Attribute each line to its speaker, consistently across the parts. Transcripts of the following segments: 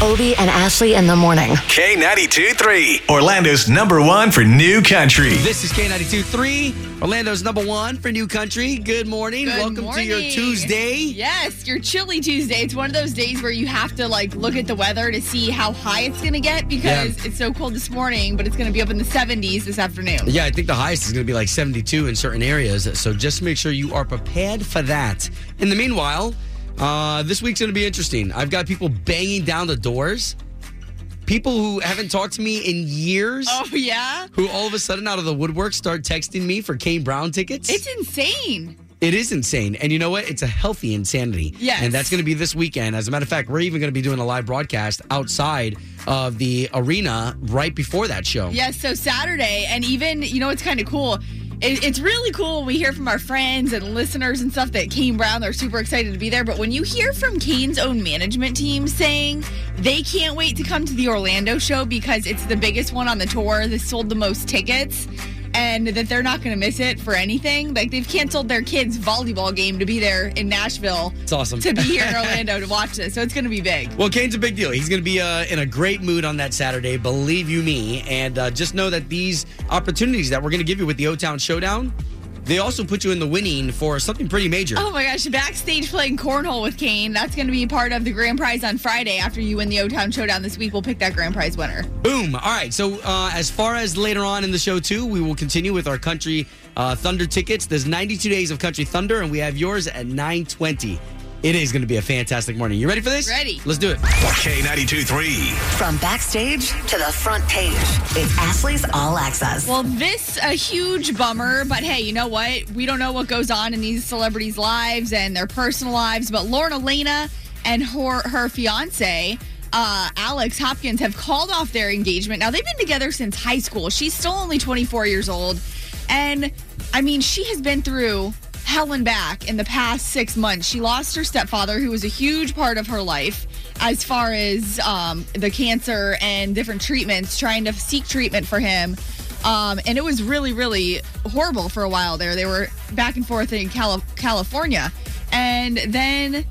Speaker 1: Obie and Ashley in the morning.
Speaker 2: K92 3, Orlando's number one for new country.
Speaker 3: This is K92 3, Orlando's number one for New Country. Good morning.
Speaker 4: Good
Speaker 3: Welcome to your
Speaker 4: morning.
Speaker 3: Tuesday.
Speaker 4: Yes, your chilly Tuesday. It's one of those days where you have to like look at the weather to see how high it's going to get because it's so cold this morning, but it's going to be up in the 70s this afternoon.
Speaker 3: Yeah, I think the highest is going to be like 72 in certain areas. So just make sure you are prepared for that. In the meanwhile, uh, this week's going to be interesting. I've got people banging down the doors, people who haven't talked to me in years,
Speaker 4: Oh yeah,
Speaker 3: who all of a sudden out of the woodwork start texting me for Kane Brown tickets.
Speaker 4: it's insane.
Speaker 3: It is insane. And you know what? It's a healthy insanity.
Speaker 4: Yes.
Speaker 3: And that's going to be this weekend. As a matter of fact, we're even going to be doing a live broadcast outside of the arena right before that show.
Speaker 4: Yes, so Saturday, and even you know it's kind of cool. It, it's really cool when we hear from our friends and listeners and stuff that Kane Brown. They're super excited to be there. But when you hear from Kane's own management team saying they can't wait to come to the Orlando show because it's the biggest one on the tour, that sold the most tickets, and that they're not going to miss it for anything. Like they've canceled their kids' volleyball game to be there in Nashville
Speaker 3: It's awesome.
Speaker 4: to be here in Orlando to watch this. So it's going to be big.
Speaker 3: Well, Kane's a big deal. He's going to be uh, in a great mood on that Saturday, believe you me. And uh, just know that these opportunities that we're going to give you with the O Town Showdown, they also put you in the winning for something pretty major.
Speaker 4: Oh my gosh, backstage playing cornhole with Kane. That's going to be part of the grand prize on Friday after you win the O Town Showdown this week. We'll pick that grand prize winner.
Speaker 3: Boom. All right. So, uh, as far as later on in the show, too, we will continue with our Country uh, Thunder tickets. There's 92 days of Country Thunder, and we have yours at 920. It is going to be a fantastic morning. You ready for this?
Speaker 4: Ready.
Speaker 3: Let's do it.
Speaker 2: K92 3.
Speaker 1: From backstage to the front page, it's Ashley's All Access.
Speaker 4: Well, this a huge bummer, but hey, you know what? We don't know what goes on in these celebrities' lives and their personal lives, but Lorna Lena and her her fiance uh, Alex Hopkins have called off their engagement. Now they've been together since high school. She's still only 24 years old, and I mean, she has been through hell and back in the past six months. She lost her stepfather, who was a huge part of her life as far as um, the cancer and different treatments, trying to seek treatment for him. Um, and it was really, really horrible for a while there. They were back and forth in Cali- California. And then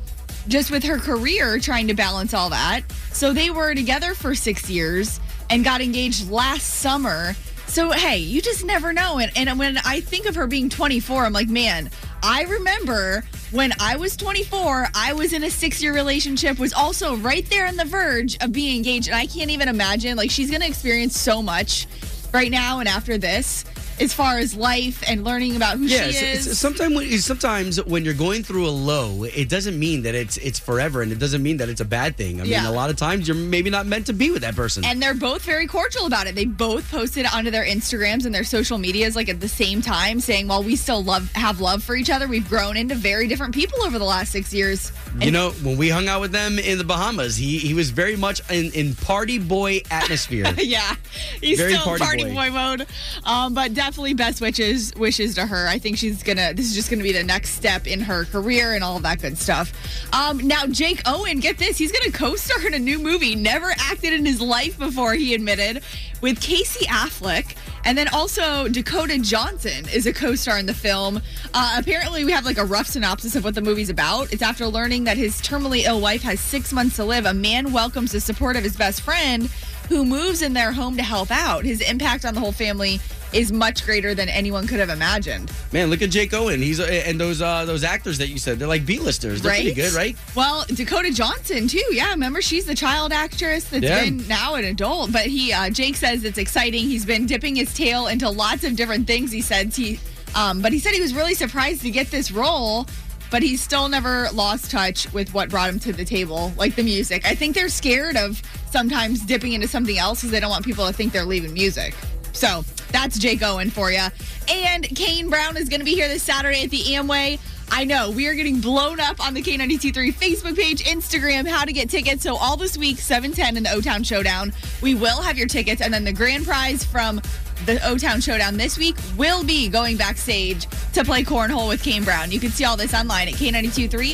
Speaker 4: just with her career, trying to balance all that. So they were together for six years and got engaged last summer. So, hey, you just never know. And, and when I think of her being 24, I'm like, man, I remember when I was 24, I was in a six year relationship, was also right there on the verge of being engaged. And I can't even imagine, like, she's going to experience so much right now and after this as far as life and learning about who
Speaker 3: Yeah,
Speaker 4: she
Speaker 3: it's-
Speaker 4: is.
Speaker 3: it's- sometimes when, sometimes when you're going through a low, it doesn't mean that it's it's forever, and it doesn't mean that it's a bad thing. I mean,
Speaker 4: Yeah.
Speaker 3: a lot of times you're maybe not meant to be with that person.
Speaker 4: And they're both very cordial about it. They both posted onto their Instagrams and their social medias like at the same time saying, "While we still love have love for each other, we've grown into very different people over the last 6 years." And
Speaker 3: you know, when we hung out with them in the Bahamas, he he was very much in, in party boy atmosphere.
Speaker 4: yeah, he's
Speaker 3: Very
Speaker 4: still
Speaker 3: party
Speaker 4: party, party
Speaker 3: boy.
Speaker 4: boy. mode. Um, but definitely best wishes wishes to her. I think she's gonna. This is just gonna be the next step in her career and all of that good stuff. Um, now Jake Owen, get this, he's gonna co-star in a new movie. Never acted in his life before. He admitted with Casey Affleck. And then also Dakota Johnson is a co-star in the film. Uh, apparently, we have like a rough synopsis of what the movie's about. It's after learning that his terminally ill wife has six months to live. A man welcomes the support of his best friend, who moves in their home to help out. His impact on the whole family is much greater than anyone could have imagined.
Speaker 3: Man, look at Jake Owen. He's and those uh, those actors that you said they're like B-listers. They're pretty
Speaker 4: Right?
Speaker 3: good, right?
Speaker 4: Well, Dakota Johnson too. Yeah, remember she's the child actress that's
Speaker 3: Yeah.
Speaker 4: been now an adult. But he, uh, Jake says it's exciting. He's been dipping his tail into lots of different things. He says he, um, but he said he was really surprised to get this role. But he's still never lost touch with what brought him to the table, like the music. I think they're scared of sometimes dipping into something else because they don't want people to think they're leaving music. So that's Jake Owen for you. And Kane Brown is going to be here this Saturday at the Amway. I know we are getting blown up on the K923 Facebook page, Instagram, how to get tickets. So all this week, 710 in the O Town Showdown, we will have your tickets. And then the grand prize from the O Town Showdown this week will be going backstage to play cornhole with Kane Brown. You can see all this online at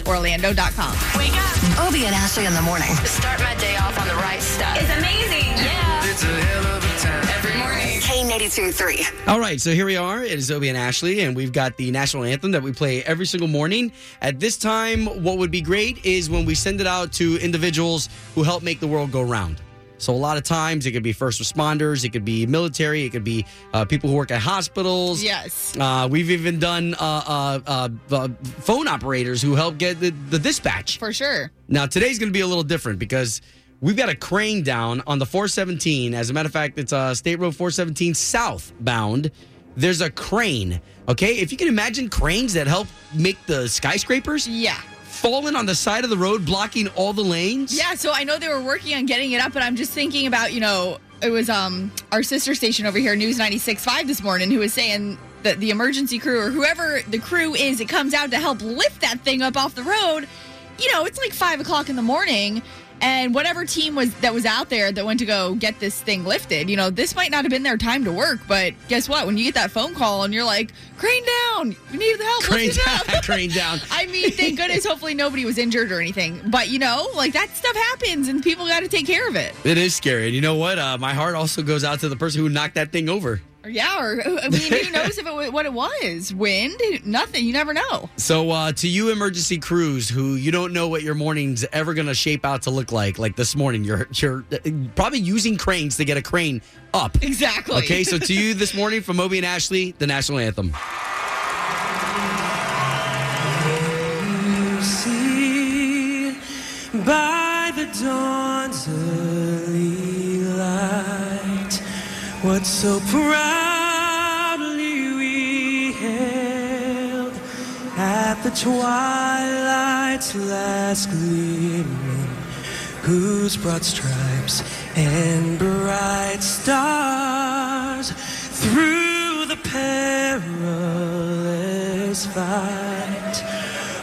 Speaker 4: K923Orlando.com.
Speaker 5: Wake up.
Speaker 1: Obie and Ashley in the morning.
Speaker 5: Start my day off on the right stuff. It's amazing. Yeah. It's a hell of a time. Every morning.
Speaker 1: K82 923.
Speaker 3: All right, so here we are. It is Zoe and Ashley, and we've got the national anthem that we play every single morning. At this time, what would be great is when we send it out to individuals who help make the world go round. So a lot of times it could be first responders, it could be military, it could be uh, people who work at hospitals.
Speaker 4: Yes.
Speaker 3: Uh, we've even done uh, uh, uh, uh, phone operators who help get the, the dispatch.
Speaker 4: For sure.
Speaker 3: Now today's going to be a little different because we've got a crane down on the 417. As a matter of fact, it's uh, State Road 417 southbound. There's a crane. Okay, if you can imagine cranes that help make the skyscrapers
Speaker 4: Yeah.
Speaker 3: falling on the side of the road, blocking all the lanes.
Speaker 4: Yeah, so I know they were working on getting it up, but I'm just thinking about, you know, it was um our sister station over here, News 96.5 this morning, who was saying that the emergency crew or whoever the crew is that comes out to help lift that thing up off the road, you know, it's like five o'clock in the morning. And whatever team was that was out there that went to go get this thing lifted, you know, this might not have been their time to work, but guess what? When you get that phone call and you're like, "Crane down, we need the help,
Speaker 3: crane
Speaker 4: lift it up."
Speaker 3: down, crane down.
Speaker 4: I mean, thank goodness, hopefully nobody was injured or anything. But you know, like that stuff happens, and people got to take care of it.
Speaker 3: It is scary, and you know what? Uh, my heart also goes out to the person who knocked that thing over.
Speaker 4: Or, yeah, or I mean, who knows if it was, what it was? Wind? Nothing. You never know.
Speaker 3: So, uh, to you emergency crews who you don't know what your morning's ever going to shape out to look like, like this morning, you're you're uh, probably using cranes to get a crane up.
Speaker 4: Exactly.
Speaker 3: Okay, so to you this morning from Moby and Ashley, the national anthem.
Speaker 5: see by the dawn's early light what so proudly we hailed at the twilight's last gleaming, whose broad stripes and bright stars through the perilous fight.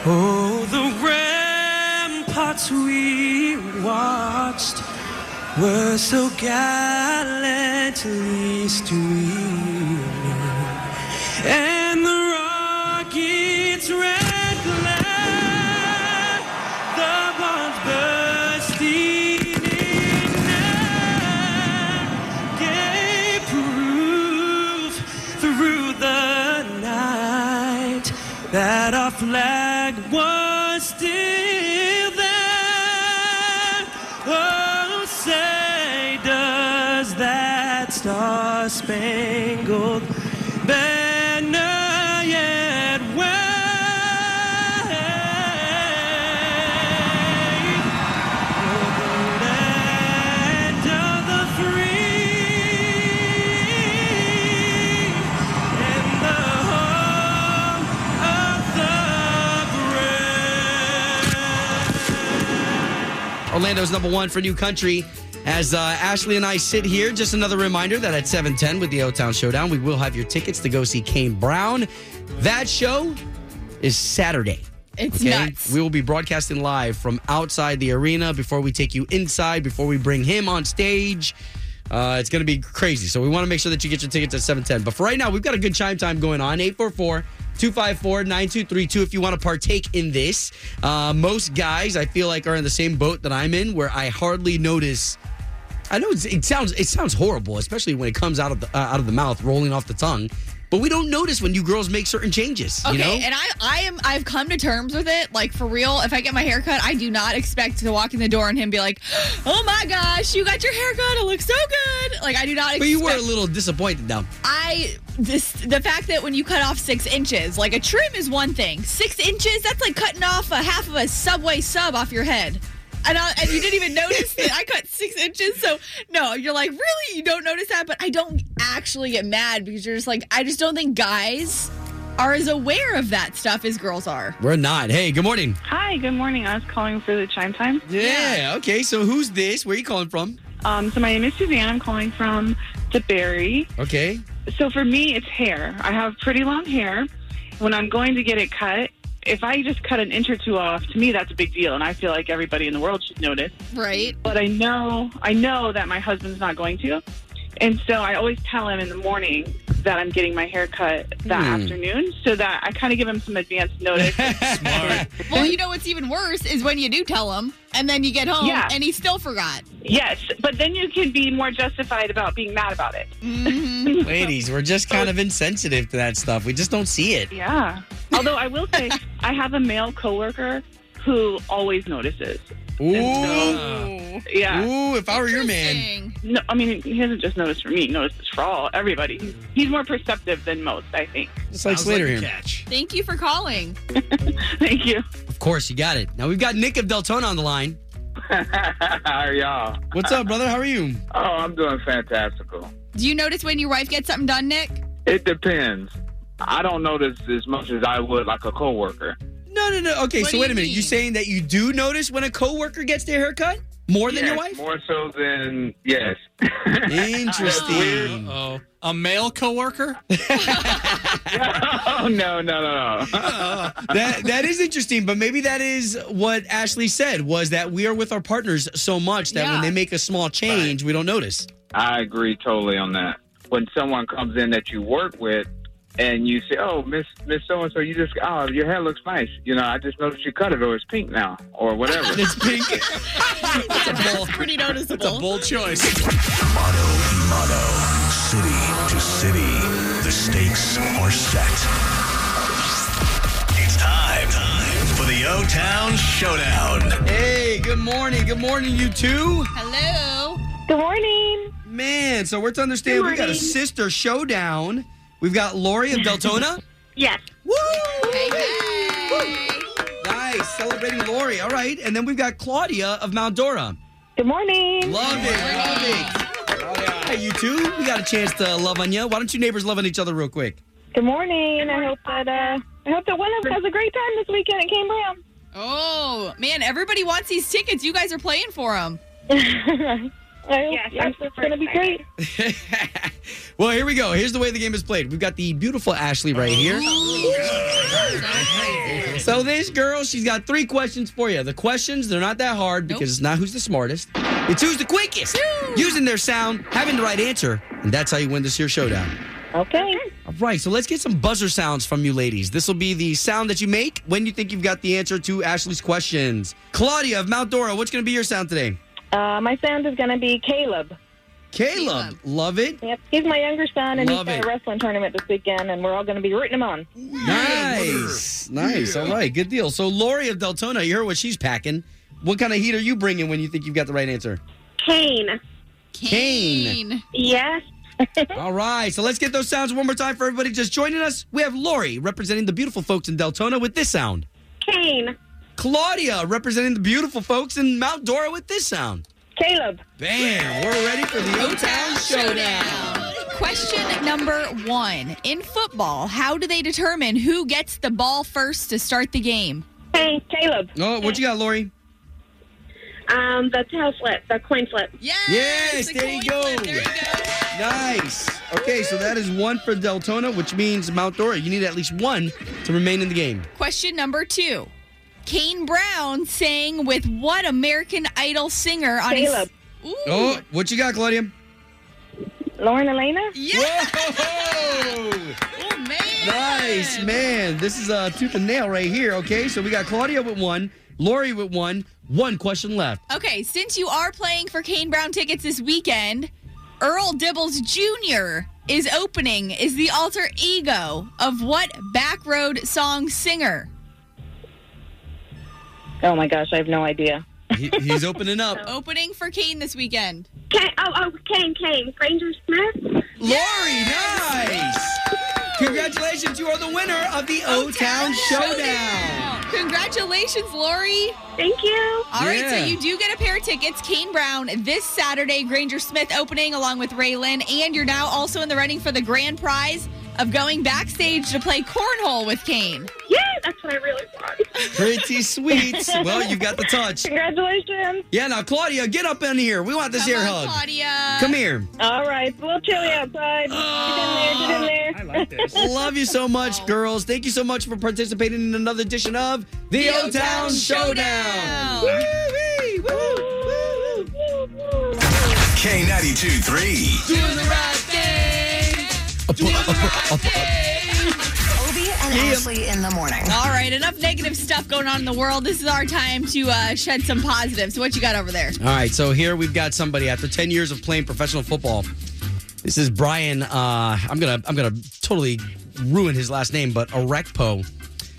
Speaker 5: Oh, the ramparts we watched were so gallantly streaming, and the rockets' red glare, the bombs bursting in air, gave proof through the night that our flag was still there. Oh, say, does that star spangled banner yet wave? Land of the free and the home of the brave.
Speaker 3: Orlando's number one for New Country. As uh, Ashley and I sit here, just another reminder that at 7:10 with the O Town Showdown, we will have your tickets to go see Kane Brown. That show is Saturday.
Speaker 4: It's nuts.
Speaker 3: We will be broadcasting live from outside the arena before we take you inside, before we bring him on stage. Uh, it's going to be crazy. So we want to make sure that you get your tickets at 710. But for right now, we've got a good chime time going on. 844 254 9232 if you want to partake in this. Uh, most guys, I feel like, are in the same boat that I'm in where I hardly notice. I know it's, it sounds it sounds horrible, especially when it comes out of the uh, out of the mouth, rolling off the tongue. But we don't notice when you girls make certain changes.
Speaker 4: Okay,
Speaker 3: you know?
Speaker 4: and I, I am, I've come to terms with it. Like for real, if I get my hair cut, I do not expect to walk in the door and him be like, "Oh my gosh, you got your hair cut! It looks so good!" Like I do not.
Speaker 3: but you were a
Speaker 4: expect-
Speaker 3: little disappointed now.
Speaker 4: I this the fact that when you cut off six inches, like a trim is one thing. Six inches, that's like cutting off a half of a subway sub off your head. And, I, and you didn't even notice that I cut six inches. So, no, you're like, really? You don't notice that? But I don't actually get mad because you're just like, I just don't think guys are as aware of that stuff as girls are.
Speaker 3: We're not. Hey, good morning.
Speaker 6: Hi, good morning. I was calling for the chime time.
Speaker 3: Yeah, okay. So who's this? Where are you calling from?
Speaker 6: Um, so my name is Suzanne. I'm calling from DeBerry.
Speaker 3: Okay.
Speaker 6: So for me, it's hair. I have pretty long hair. When I'm going to get it cut, if I just cut an inch or two off, to me that's a big deal, and I feel like everybody in the world should notice.
Speaker 4: Right?
Speaker 6: But I know, I know that my husband's not going to, and so I always tell him in the morning that I'm getting my hair cut that afternoon, so that I kind of give him some advance notice.
Speaker 4: Well, you know what's even worse is when you do tell him, and then you get home,
Speaker 6: Yeah.
Speaker 4: and he still forgot.
Speaker 6: yes, but then you can be more justified about being mad about it.
Speaker 3: Ladies, we're just kind of insensitive to that stuff. We just don't see it.
Speaker 6: Yeah. Although I will say, I have a male coworker who always notices.
Speaker 3: Ooh.
Speaker 6: Yeah.
Speaker 3: Ooh, uh, if I were your Oh, man.
Speaker 4: Interesting.
Speaker 6: No, I mean he doesn't just notice for me; he notices for all everybody. He's, he's more perceptive than most, I think.
Speaker 3: It's like
Speaker 7: Sounds like
Speaker 3: Slater
Speaker 7: a
Speaker 3: here.
Speaker 7: catch.
Speaker 4: Thank you for calling.
Speaker 6: Thank you.
Speaker 3: Of course, you got it. Now we've got Nick of Deltona on the line.
Speaker 8: How are y'all?
Speaker 3: What's up, brother? How are you?
Speaker 8: Oh, I'm doing fantastical.
Speaker 4: Do you notice when your wife gets something done, Nick?
Speaker 8: It depends. I don't notice as much as I would like a coworker.
Speaker 3: No, no, no. Okay,
Speaker 4: What
Speaker 3: so
Speaker 4: do
Speaker 3: wait
Speaker 4: you
Speaker 3: a minute. You
Speaker 4: mean?
Speaker 3: saying that you do notice when a coworker gets their haircut more than your
Speaker 8: Yes,
Speaker 3: wife?
Speaker 8: More so than yes.
Speaker 3: Interesting.
Speaker 7: Oh, a male coworker?
Speaker 8: oh no, no, no, no.
Speaker 3: that that is interesting, but maybe that is what Ashley said was that we are with our partners so much that when
Speaker 4: Yeah.
Speaker 3: they make a small change, we don't notice.
Speaker 8: I agree totally on that. When someone comes in that you work with. And you say, "Oh, Miss Miss So and So, you just oh, your hair looks nice. You know, I just noticed you cut it, or it's pink now, or whatever."
Speaker 3: It's pink.
Speaker 4: Yeah, that's pretty noticeable.
Speaker 7: It's a bold choice.
Speaker 2: City to city, the stakes are set. It's time, time for the O Town Showdown.
Speaker 3: hey, good morning. Good morning, you two.
Speaker 4: Hello.
Speaker 9: Good morning.
Speaker 3: Man, so we're to understand we got a sister showdown. We've got Lori of Deltona.
Speaker 9: Yes.
Speaker 3: Woo!
Speaker 4: Hey, hey.
Speaker 3: Nice, celebrating Lori. All right, and then we've got Claudia of Mount Dora.
Speaker 9: Good morning.
Speaker 3: Love it, love it. Hey, you two, we got a chance to love on you. Why don't you neighbors love on each other real quick?
Speaker 9: Good morning. I hope that uh, I hope that one of us has a great time this weekend at Cam Brown.
Speaker 4: Oh, man, everybody wants these tickets. You guys are playing for them.
Speaker 9: I hope
Speaker 10: Yes, I'm
Speaker 9: I'm it's going to be great.
Speaker 3: well, here we go. Here's the way the game is played. We've got the beautiful Ashley right here. So this girl, she's got three questions for you. The questions, they're not that hard because
Speaker 4: Nope.
Speaker 3: it's not who's the smartest. It's who's the quickest. Using their sound, having the right answer, and that's how you win this here showdown.
Speaker 9: Okay.
Speaker 3: All right, so let's get some buzzer sounds from you ladies. This will be the sound that you make when you think you've got the answer to Ashley's questions. Claudia of Mount Dora, what's going to be your sound today?
Speaker 9: Uh, my sound is going to be Caleb.
Speaker 3: Caleb,
Speaker 4: Caleb.
Speaker 3: love it.
Speaker 9: Yep, he's my younger son, and
Speaker 3: Love
Speaker 9: he's got
Speaker 3: it.
Speaker 9: a wrestling tournament this weekend, and we're all going to be rooting him on.
Speaker 3: Nice. Nice. All right. Good deal. So, Lori of Deltona, you heard what she's packing. What kind of heat are you bringing when you think you've got the right answer?
Speaker 10: Kane.
Speaker 3: Kane.
Speaker 10: Yes.
Speaker 3: All right. So, let's get those sounds one more time for everybody just joining us. We have Lori representing the beautiful folks in Deltona with this sound,
Speaker 10: Kane.
Speaker 3: Claudia representing the beautiful folks in Mount Dora with this sound.
Speaker 9: Caleb.
Speaker 3: Bam. We're ready for the O Town Showdown.
Speaker 4: Question number one. In football, how do they determine who gets the ball first to start the game?
Speaker 10: Kane.
Speaker 9: Caleb.
Speaker 3: Oh, what you got, Lori?
Speaker 10: Um, the tail flip, the coin flip.
Speaker 4: Yes.
Speaker 3: Yes,
Speaker 4: the
Speaker 3: there you
Speaker 4: coin
Speaker 3: go.
Speaker 4: flip. There you go.
Speaker 3: Nice. Okay, so that is one for Deltona, which means Mount Dora. You need at least one to remain in the game.
Speaker 4: Question number two. Kane Brown sang with what American Idol singer on
Speaker 9: Caleb.
Speaker 4: his. Ooh.
Speaker 3: Oh, what you got, Claudia?
Speaker 9: Lauren Elena.
Speaker 4: Yeah.
Speaker 3: Whoa!
Speaker 4: Oh, man.
Speaker 3: Nice, man. This is uh, tooth and nail right here, okay? So we got Claudia with one, Lori with one, one question left.
Speaker 4: Okay, since you are playing for Kane Brown tickets this weekend, Earl Dibbles Jr. is opening, is the alter ego of what backroad song singer?
Speaker 9: Oh my gosh, I have no idea.
Speaker 3: He, he's opening up.
Speaker 4: Opening for Kane this weekend.
Speaker 10: Kane. Oh, oh, Kane. Kane. Granger Smith.
Speaker 3: Lori, nice! Congratulations, you are the winner of the O Town Showdown.
Speaker 4: Congratulations, Lori.
Speaker 10: Thank you.
Speaker 4: All right,
Speaker 3: Yeah.
Speaker 4: so you do get a pair of tickets. Kane Brown this Saturday, Granger Smith opening along with Raylan, and you're now also in the running for the grand prize of going backstage to play cornhole with Kane.
Speaker 10: Yeah, that's what I really want.
Speaker 3: Pretty sweet. Well, you've got the touch.
Speaker 9: Congratulations.
Speaker 3: Yeah, now, Claudia, get up in here. We want this
Speaker 4: Come
Speaker 3: ear
Speaker 4: on,
Speaker 3: hug.
Speaker 4: Claudia.
Speaker 3: Come here.
Speaker 9: All right, it's a little chilly outside. get in there. Get in there.
Speaker 3: Love you so much, girls. Thank you so much for participating in another edition of The, O Town Showdown. Woo-wee, woo-woo, woo-woo.
Speaker 2: K92 3.
Speaker 3: Do the right thing.
Speaker 1: Obie and Ashley in the morning.
Speaker 4: All right, enough negative stuff going on in the world. This is our time to uh, shed some positives. What you got over there?
Speaker 3: All right, so here we've got somebody after 10 years of playing professional football. This is Brian. Uh, I'm gonna I'm gonna totally ruin his last name, but Arekpo.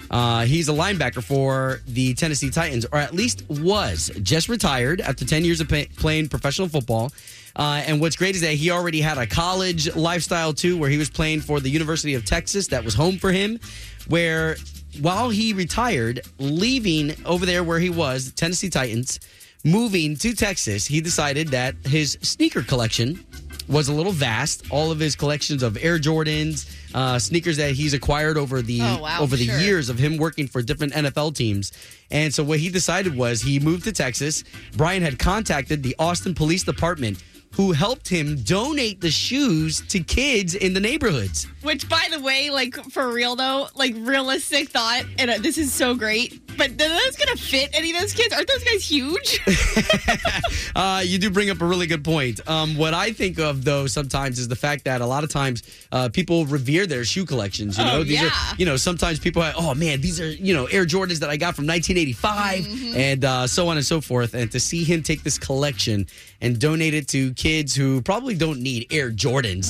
Speaker 3: Uh, he's a linebacker for the Tennessee Titans, or at least was just retired after 10 years of pay- playing professional football. Uh, and what's great is that he already had a college lifestyle too, where he was playing for the University of Texas. That was home for him, where while he retired, leaving over there where he was, the Tennessee Titans, moving to Texas, he decided that his sneaker collection was a little vast. All of his collections of Air Jordans, uh, sneakers that he's acquired over the
Speaker 4: Oh, wow,
Speaker 3: over the
Speaker 4: sure.
Speaker 3: years of him working for different NFL teams. And so what he decided was he moved to Texas. Brian had contacted the Austin Police Department, who helped him donate the shoes to kids in the neighborhoods.
Speaker 4: Which, by the way, like for real though, like realistic thought, and uh, this is so great. But are those gonna fit any of those kids? Aren't those guys huge?
Speaker 3: Uh, you do bring up a really good point. Um, what I think of though sometimes is the fact that a lot of times uh, people revere their shoe collections. You know,
Speaker 4: Oh,
Speaker 3: these
Speaker 4: yeah.
Speaker 3: are you know sometimes people are oh man these are you know Air Jordans that I got from 1985
Speaker 4: Mm-hmm.
Speaker 3: and uh, so on and so forth. And to see him take this collection and donate it to kids who probably don't need Air Jordans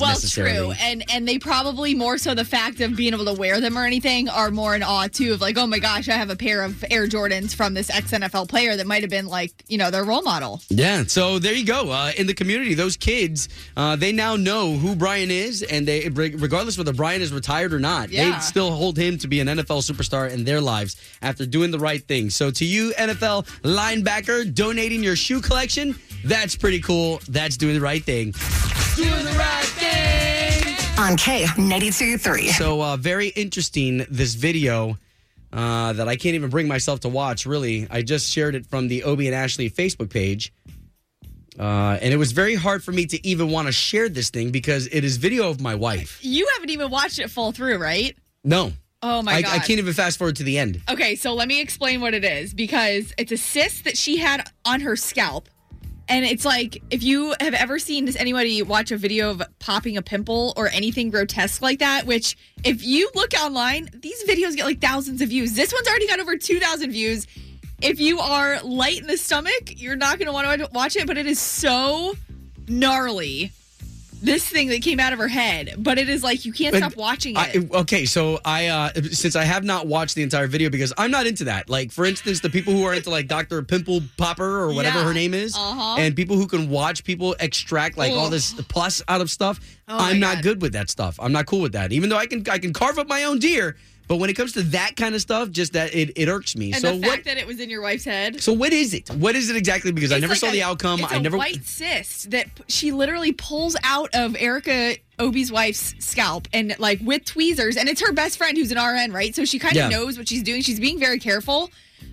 Speaker 4: well,
Speaker 3: necessarily.
Speaker 4: true, and and they probably more so the fact of being able to wear them or anything are more in awe too of like, oh my gosh, I have a pair of Air Jordans from this ex NFL player that might have been like you know their role model.
Speaker 3: Yeah, so there you go. Uh, in the community, those kids, uh, they now know who Brian is, and they, re- regardless whether Brian is retired or not,
Speaker 4: Yeah.
Speaker 3: they still hold him to be an NFL superstar in their lives after doing the right thing. So to you, NFL linebacker, donating your shoe collection, that's pretty cool. That's doing the right thing.
Speaker 4: Doing the right thing.
Speaker 1: On K ninety two three.
Speaker 3: So uh, very interesting this video uh, that I can't even bring myself to watch. Really, I just shared it from the Obie and Ashley Facebook page, uh, and it was very hard for me to even want to share this thing because it is video of my wife.
Speaker 4: You haven't even watched it full through, right?
Speaker 3: No,
Speaker 4: Oh my
Speaker 3: I,
Speaker 4: god!
Speaker 3: I can't even fast forward to the end.
Speaker 4: Okay, so let me explain what it is because it's a cyst that she had on her scalp. And it's like if you have ever seen does anybody watch a video of popping a pimple or anything grotesque like that, which if you look online, these videos get like thousands of views. This one's already got over 2000 views. If you are light in the stomach, you're not going to want to watch it, but it is so gnarly. This thing that came out of her head, but it is like you can't
Speaker 3: And
Speaker 4: stop watching it.
Speaker 3: I, okay, so I uh, since I have not watched the entire video because I'm not into that. Like for instance, the people who are into like Dr. Pimple Popper or whatever
Speaker 4: Yeah.
Speaker 3: her name is,
Speaker 4: Uh-huh.
Speaker 3: and people who can watch people extract like all this pus out of stuff,
Speaker 4: Oh my
Speaker 3: I'm not
Speaker 4: God.
Speaker 3: good with that stuff. I'm not cool with that. Even though I can I can carve up my own deer, but when it comes to that kind of stuff, just that it, it irks me.
Speaker 4: and
Speaker 3: so
Speaker 4: the fact
Speaker 3: what?
Speaker 4: that it was in your wife's head.
Speaker 3: so what is it? What is it exactly? Because I
Speaker 4: It's
Speaker 3: never
Speaker 4: like
Speaker 3: saw
Speaker 4: a-
Speaker 3: the outcome.
Speaker 4: It's
Speaker 3: I
Speaker 4: a
Speaker 3: never.
Speaker 4: white cyst that p- she literally pulls out of Erica Obie's wife's scalp and like with tweezers, and it's her best friend who's an RN, right? So she kind of
Speaker 3: Yeah.
Speaker 4: knows what she's doing. She's being very careful,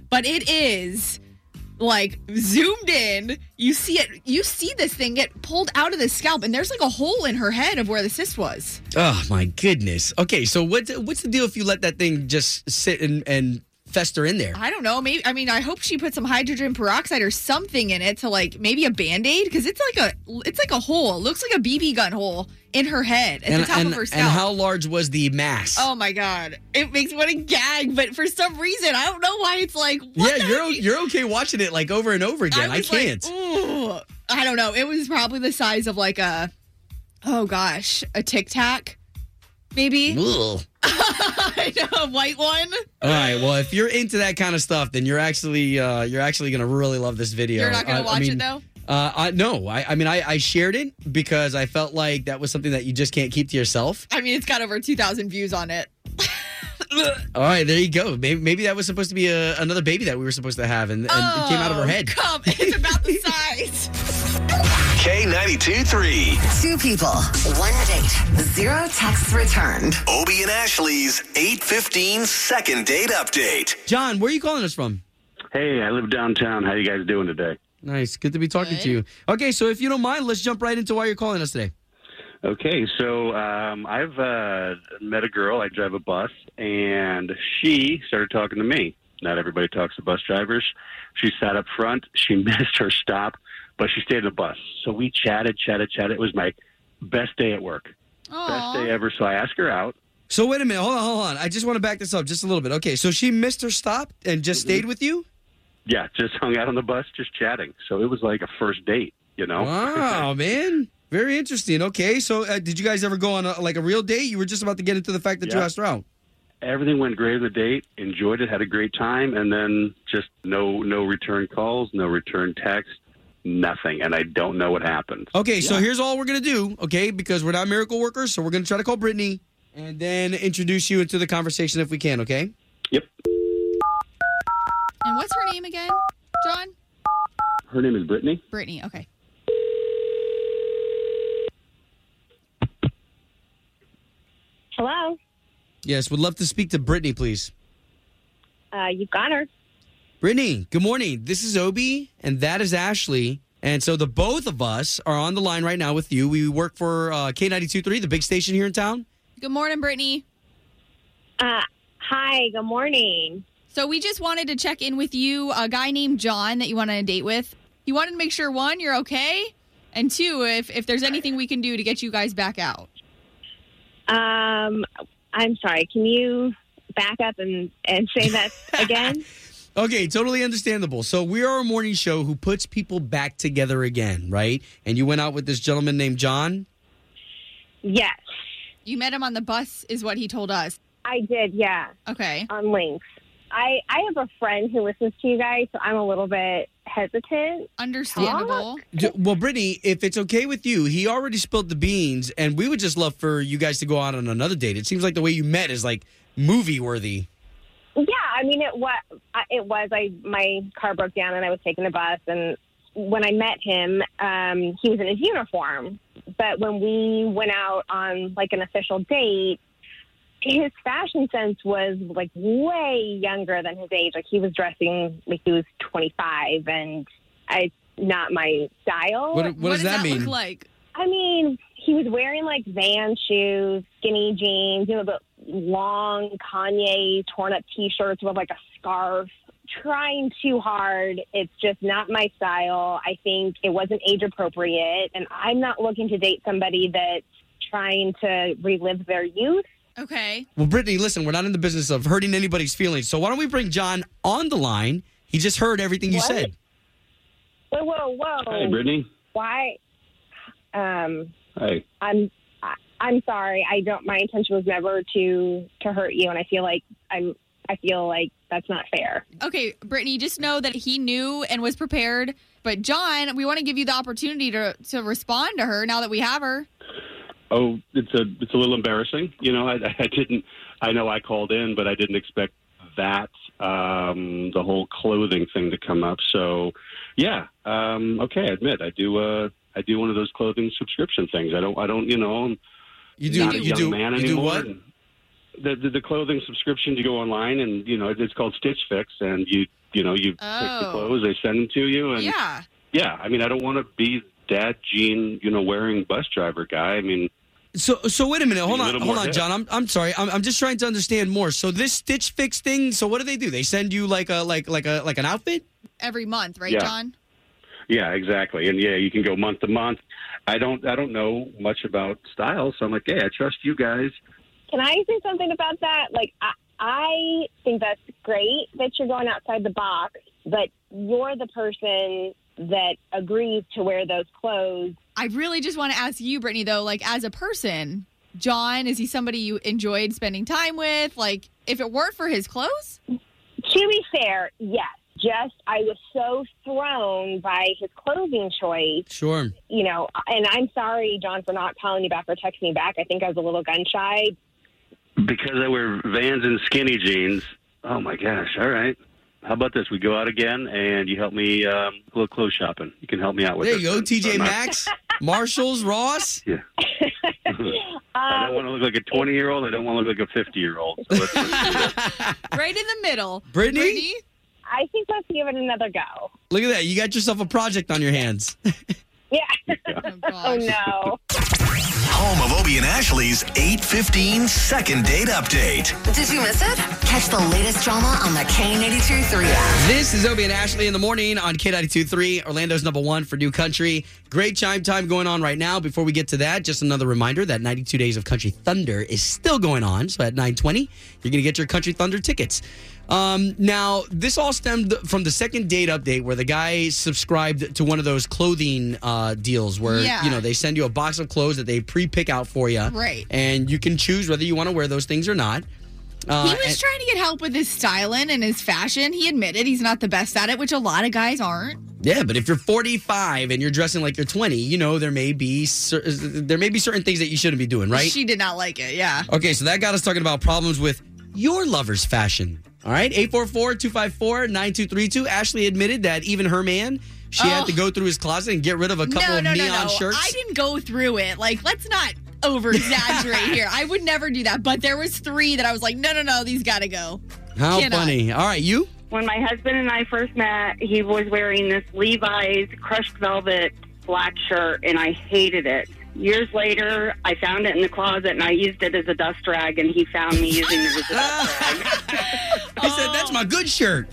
Speaker 4: but it is like zoomed in. You see it. You see this thing get pulled out of the scalp, and there's like a hole in her head of where the cyst was.
Speaker 3: Oh my goodness. Okay, so what what's the deal if you let that thing just sit and and fester in there?
Speaker 4: I don't know. Maybe I mean I hope she put some hydrogen peroxide or something in it to like maybe a band aid because it's like a it's like a hole. It looks like a BB gun hole in her head at the top
Speaker 3: and,
Speaker 4: of her scalp.
Speaker 3: and how large was the mass?
Speaker 4: oh my god, it makes me want to gag. But for some reason, I don't know why it's like what
Speaker 3: yeah,
Speaker 4: the
Speaker 3: you're
Speaker 4: heck?
Speaker 3: you're okay watching it like over and over again. I,
Speaker 4: was like,
Speaker 3: can't.
Speaker 4: ooh, I don't know. It was probably the size of like a oh gosh a tic tac maybe.
Speaker 3: Ugh.
Speaker 4: I know a white one.
Speaker 3: All right. Well, if you're into that kind of stuff, then you're actually uh, you're actually gonna really love this video.
Speaker 4: You're not gonna
Speaker 3: I- I
Speaker 4: watch it
Speaker 3: mean,
Speaker 4: though.
Speaker 3: Uh, I, no, I, I mean I, I shared it because I felt like that was something that you just can't keep to yourself.
Speaker 4: I mean, it's got over two thousand views on it.
Speaker 3: All right, there you go. Maybe, maybe that was supposed to be a, another baby that we were supposed to have, and, and it came out of her
Speaker 4: Oh,
Speaker 3: head.
Speaker 4: Come, it's about the size.
Speaker 2: K92 3.
Speaker 1: Two people, one date, zero texts returned.
Speaker 2: Obie and Ashley's 815 second date update.
Speaker 3: John, where are you calling us from?
Speaker 11: Hey, I live downtown. How you guys doing today?
Speaker 3: Nice, good to be talking to you. Okay, so if you don't mind, let's jump right into why you're calling us today.
Speaker 11: Okay, so um, I've uh, met a girl. I drive a bus, and she started talking to me. Not everybody talks to bus drivers. She sat up front. She missed her stop, but she stayed in the bus. So we chatted, chatted, chatted. It was my best day at work. Best day ever. So I ask her out.
Speaker 3: So wait a minute. Hold on, hold on. I just want to back this up just a little bit. Okay, so she missed her stop and just stayed with you?
Speaker 11: Yeah, just hung out on the bus, just chatting. So it was like a first date, you know?
Speaker 3: Wow, man. Very interesting. Okay, so uh, did you guys ever go on a, like a real date? You were just about to get into the fact that you
Speaker 11: Yeah.
Speaker 3: asked her out.
Speaker 11: Everything went great on the date. Enjoyed it. Had a great time, and then just no no return calls, no return text, nothing. And I don't know what happened.
Speaker 3: Okay, so here's all we're gonna do, okay? Because we're not miracle workers, so we're gonna try to call Brittany and then introduce you into the conversation if we can, okay?
Speaker 4: And what's her name again, John?
Speaker 11: Her name is Brittany.
Speaker 4: Brittany. Okay.
Speaker 10: Hello.
Speaker 3: Yes, would love to speak to Brittany, please.
Speaker 10: Uh, you've got her.
Speaker 3: Brittany, good morning. This is Obi, and that is Ashley. And so the both of us are on the line right now with you. We work for uh, K92.3, the big station here in town.
Speaker 4: Good morning, Brittany.
Speaker 10: Uh, hi. Good morning.
Speaker 4: So we just wanted to check in with you. A guy named John that you went on a date with. He wanted to make sure one, you're okay, and two, if if there's anything we can do to get you guys back out.
Speaker 10: Um, I'm sorry. Can you back up and, and say that again?
Speaker 3: Okay, totally understandable. So we are a morning show who puts people back together again, right? And you went out with this gentleman named John.
Speaker 10: Yes.
Speaker 4: You met him on the bus, is what he told us.
Speaker 10: I did. Yeah.
Speaker 4: Okay.
Speaker 10: On links. I, I have a friend who listens to you guys, so I'm a little bit hesitant.
Speaker 4: Understandable.
Speaker 3: D- Well, Brittany, if it's okay with you, he already spilled the beans, and we would just love for you guys to go out on another date. It seems like the way you met is like movie worthy.
Speaker 10: Yeah, I mean it was it was I my car broke down and I was taking the bus and when I met him, um, he was in his uniform. But when we went out on like an official date, his fashion sense was like way younger than his age. Like he was dressing like he was 25 and I not my style.
Speaker 3: What- Oh, what What does does that that look mean?
Speaker 4: like?
Speaker 10: I mean, he was wearing like van shoes, skinny jeans, you know, the long Kanye torn up t shirts with like a scarf. Trying too hard. It's just not my style. I think it wasn't age appropriate. And I'm not looking to date somebody that's trying to relive their youth.
Speaker 4: Okay.
Speaker 3: Well, Brittany, listen, we're not in the business of hurting anybody's feelings, so why don't we bring John on the line? He just heard everything you
Speaker 10: What?
Speaker 3: said.
Speaker 10: Whoa, whoa, whoa.
Speaker 11: Hey, Brittany.
Speaker 10: Why? Um,
Speaker 11: Hey.
Speaker 10: I'm I- I'm sorry. I don't. My intention was never to to hurt you, and I feel like I'm. I feel like that's not fair.
Speaker 4: Okay, Brittany, just know that he knew and was prepared. But John, we want to give you the opportunity to to respond to her now that we have her.
Speaker 11: Oh, it's a it's a little embarrassing. You know, I, I didn't. I know I called in, but I didn't expect that um, the whole clothing thing to come up. So, yeah, um, okay, I admit I do. Uh, I do one of those clothing subscription things. I don't. I don't. You know, I'm
Speaker 3: You do-
Speaker 11: Not a
Speaker 3: you
Speaker 11: young
Speaker 3: do-
Speaker 11: man
Speaker 3: you do
Speaker 11: anymore.
Speaker 3: what?
Speaker 11: and The, the the clothing subscription. You go online, and you know it's called Stitch Fix, and you you know you pick the
Speaker 4: Oh.
Speaker 11: clothes. They send them to you, and
Speaker 4: Yeah.
Speaker 11: yeah, I mean, I don't want to be that jean, you know, wearing bus driver guy. I mean.
Speaker 3: So, so wait a minute. Hold
Speaker 11: a
Speaker 3: on,
Speaker 11: little
Speaker 3: hold
Speaker 11: more
Speaker 3: on,
Speaker 11: depth.
Speaker 3: John. I'm, I'm sorry. I'm, I'm just trying to understand more. So this Stitch Fix thing. So what do they do? They send you like a like like a like an outfit.
Speaker 4: Every month, right,
Speaker 11: Yeah.
Speaker 4: John?
Speaker 11: Yeah, exactly. And yeah, you can go month to month. I don't I don't know much about style, so I'm like, hey, I trust you guys.
Speaker 10: Can I say something about that? Like I, I think that's great that you're going outside the box, but you're the person that agrees to wear those clothes.
Speaker 4: I really just want to ask you, Brittany, though, like as a person, John, is he somebody you enjoyed spending time with? Like, if it weren't for his clothes?
Speaker 10: To be fair, yes. Just I was so thrown by his clothing choice
Speaker 3: Sure.
Speaker 10: you know, and I'm sorry, John, for not calling you back or texting me back. I think I was a little gun shy.
Speaker 11: Because I wear vans and skinny jeans. Oh my gosh, all right. How about this? We go out again and you help me um, a little clothes shopping. You can help me out with
Speaker 3: There
Speaker 11: this
Speaker 3: you go.
Speaker 11: then. So
Speaker 3: TJ
Speaker 11: I'm not-
Speaker 3: Maxx, Marshalls, Ross.
Speaker 11: Yeah.
Speaker 10: Um,
Speaker 11: I don't want to look like a 20 year old. I don't want to look like a 50 year old. So let's,
Speaker 4: Right in the middle.
Speaker 3: Brittany?
Speaker 10: I think let's give it another go.
Speaker 3: Look at that. You got yourself a project on your hands.
Speaker 10: Yeah. Oh, no.
Speaker 2: home of Obie and Ashley's 815 second date update.
Speaker 12: Did you miss it? Catch the latest drama on the K82 3 app.
Speaker 3: This is Obie and Ashley in the morning on K92.3, Orlando's number one for new country. Great chime time going on right now. Before we get to that, just another reminder that 92 Days of Country Thunder is still going on. So at 9.20, you're going to get your Country Thunder tickets. Um, now, this all stemmed from the second date update where the guy subscribed to one of those clothing uh, deals where,
Speaker 4: Yeah.
Speaker 3: you know, they send you a box of clothes that they pre-pick out for you.
Speaker 4: Right.
Speaker 3: And you can choose whether you want to wear those things or not. Uh,
Speaker 4: he was
Speaker 3: and-
Speaker 4: trying to get help with his styling and his fashion. He admitted he's not the best at it, which a lot of guys aren't.
Speaker 3: Yeah, but if you're 45 and you're dressing like you're 20, you know there may be cer- there may be certain things that you shouldn't be doing, right?
Speaker 4: She did not like it. Yeah.
Speaker 3: okay, so that got us talking about problems with your lover's fashion. All right, 844-254-9232. Ashley admitted that even her man, she had
Speaker 4: Oh.
Speaker 3: to go through his closet and get rid of a couple
Speaker 4: no,
Speaker 3: of
Speaker 4: no,
Speaker 3: neon
Speaker 4: no, no.
Speaker 3: shirts.
Speaker 4: I didn't go through it. Like, let's not over exaggerate here. I would never do that. But there was three that I was like, no, no, no, these got to go.
Speaker 3: How
Speaker 4: Cannot.
Speaker 3: funny. All right, you?
Speaker 9: When my husband and I first met, he was wearing this Levi's crushed velvet black shirt, and I hated it. Years later, I found it in the closet, and I used it as a dust rag, and he found me using it as a dust rag.
Speaker 3: I said that's
Speaker 4: Oh.
Speaker 3: my good shirt.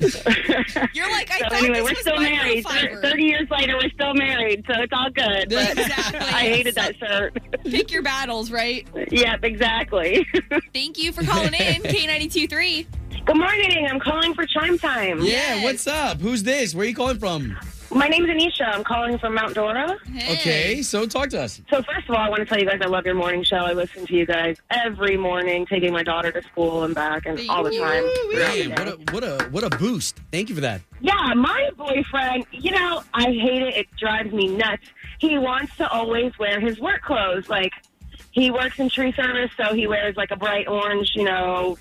Speaker 4: You're like, I
Speaker 9: So
Speaker 4: thought
Speaker 9: anyway,
Speaker 4: this
Speaker 9: we're
Speaker 4: was
Speaker 9: still married.
Speaker 4: microfiber.
Speaker 9: Thirty years later, we're still married, so it's all good. But I hated that shirt.
Speaker 4: Pick your battles, right?
Speaker 9: Yep, exactly.
Speaker 4: Thank you for calling in, K92.3.
Speaker 1: Good morning. I'm calling for Chime Time.
Speaker 3: Yeah, what's up? Who's this? Where are you calling from?
Speaker 1: My name's Anisha. I'm calling from Mount Dora.
Speaker 3: Okay, so talk to us.
Speaker 1: So first of all, I want to tell you guys I love your morning show. I listen to you guys every morning, taking my daughter to school and back, and all the time.
Speaker 3: Hey, what a what a what a boost. Thank you for that.
Speaker 1: Yeah, my boyfriend, you know, I hate it. It drives me nuts. He wants to always wear his work clothes. Like, he works in tree service, so he wears like a bright orange, you know,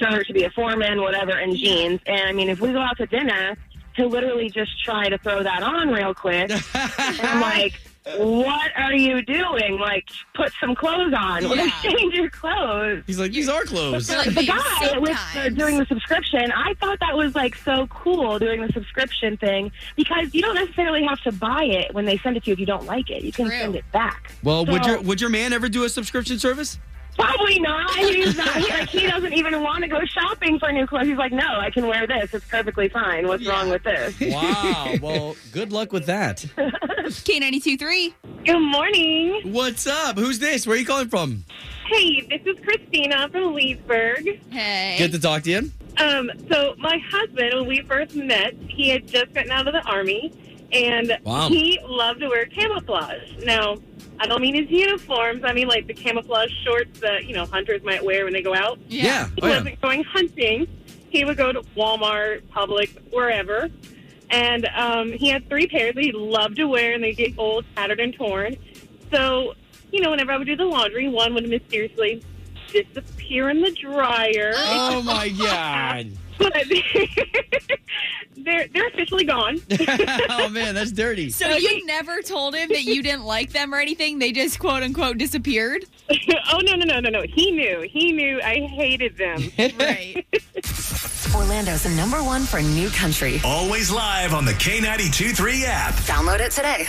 Speaker 1: shirt to be a foreman, whatever, and jeans. And I mean, if we go out to dinner, he'll literally just try to throw that on real quick. and
Speaker 4: Oh
Speaker 1: I'm
Speaker 3: Ah.
Speaker 1: like, what are you doing? Like, put some clothes on.
Speaker 3: Yeah.
Speaker 1: Or change your clothes.
Speaker 3: He's like, these are clothes.
Speaker 1: But the guy was uh, doing the subscription. I thought that was like so cool doing the subscription thing because you don't necessarily have to buy it when they send it to you if you don't like it. You can send it back.
Speaker 3: Well, would
Speaker 1: So-
Speaker 3: your would your man ever do a subscription service?
Speaker 1: Probably not. He's not he, like he doesn't even want to go shopping for new clothes. He's like, no, I can wear this. It's perfectly fine. What's wrong with this?
Speaker 3: Wow. Well, good luck with that.
Speaker 4: K92.3.
Speaker 9: Good morning.
Speaker 3: What's up? Who's this? Where are you calling from?
Speaker 9: Hey, this is Christina from Leesburg.
Speaker 4: Hey.
Speaker 3: Good to talk to you.
Speaker 9: Um, so my husband, when we first met, he had just gotten out of the army, and
Speaker 3: Wow.
Speaker 9: he loved to wear camouflage. Now, I don't mean his uniforms. I mean like the camouflage shorts that you know hunters might wear when they go out.
Speaker 3: Yeah.
Speaker 9: He
Speaker 3: Oh, yeah.
Speaker 9: wasn't going hunting. He would go to Walmart, Publix, wherever. And um, he had three pairs that he loved to wear, and they get old, tattered, and torn. So, you know, whenever I would do the laundry, one would mysteriously disappear in the dryer.
Speaker 3: Oh my god.
Speaker 9: But they're they're officially gone.
Speaker 3: oh man, that's dirty.
Speaker 4: So you never told him that you didn't like them or anything? They just quote unquote disappeared?
Speaker 9: oh no no no no no! He knew he knew I hated them.
Speaker 4: Right.
Speaker 12: Orlando's number one for new country.
Speaker 2: Always live on the K92 3 app.
Speaker 12: Download it today.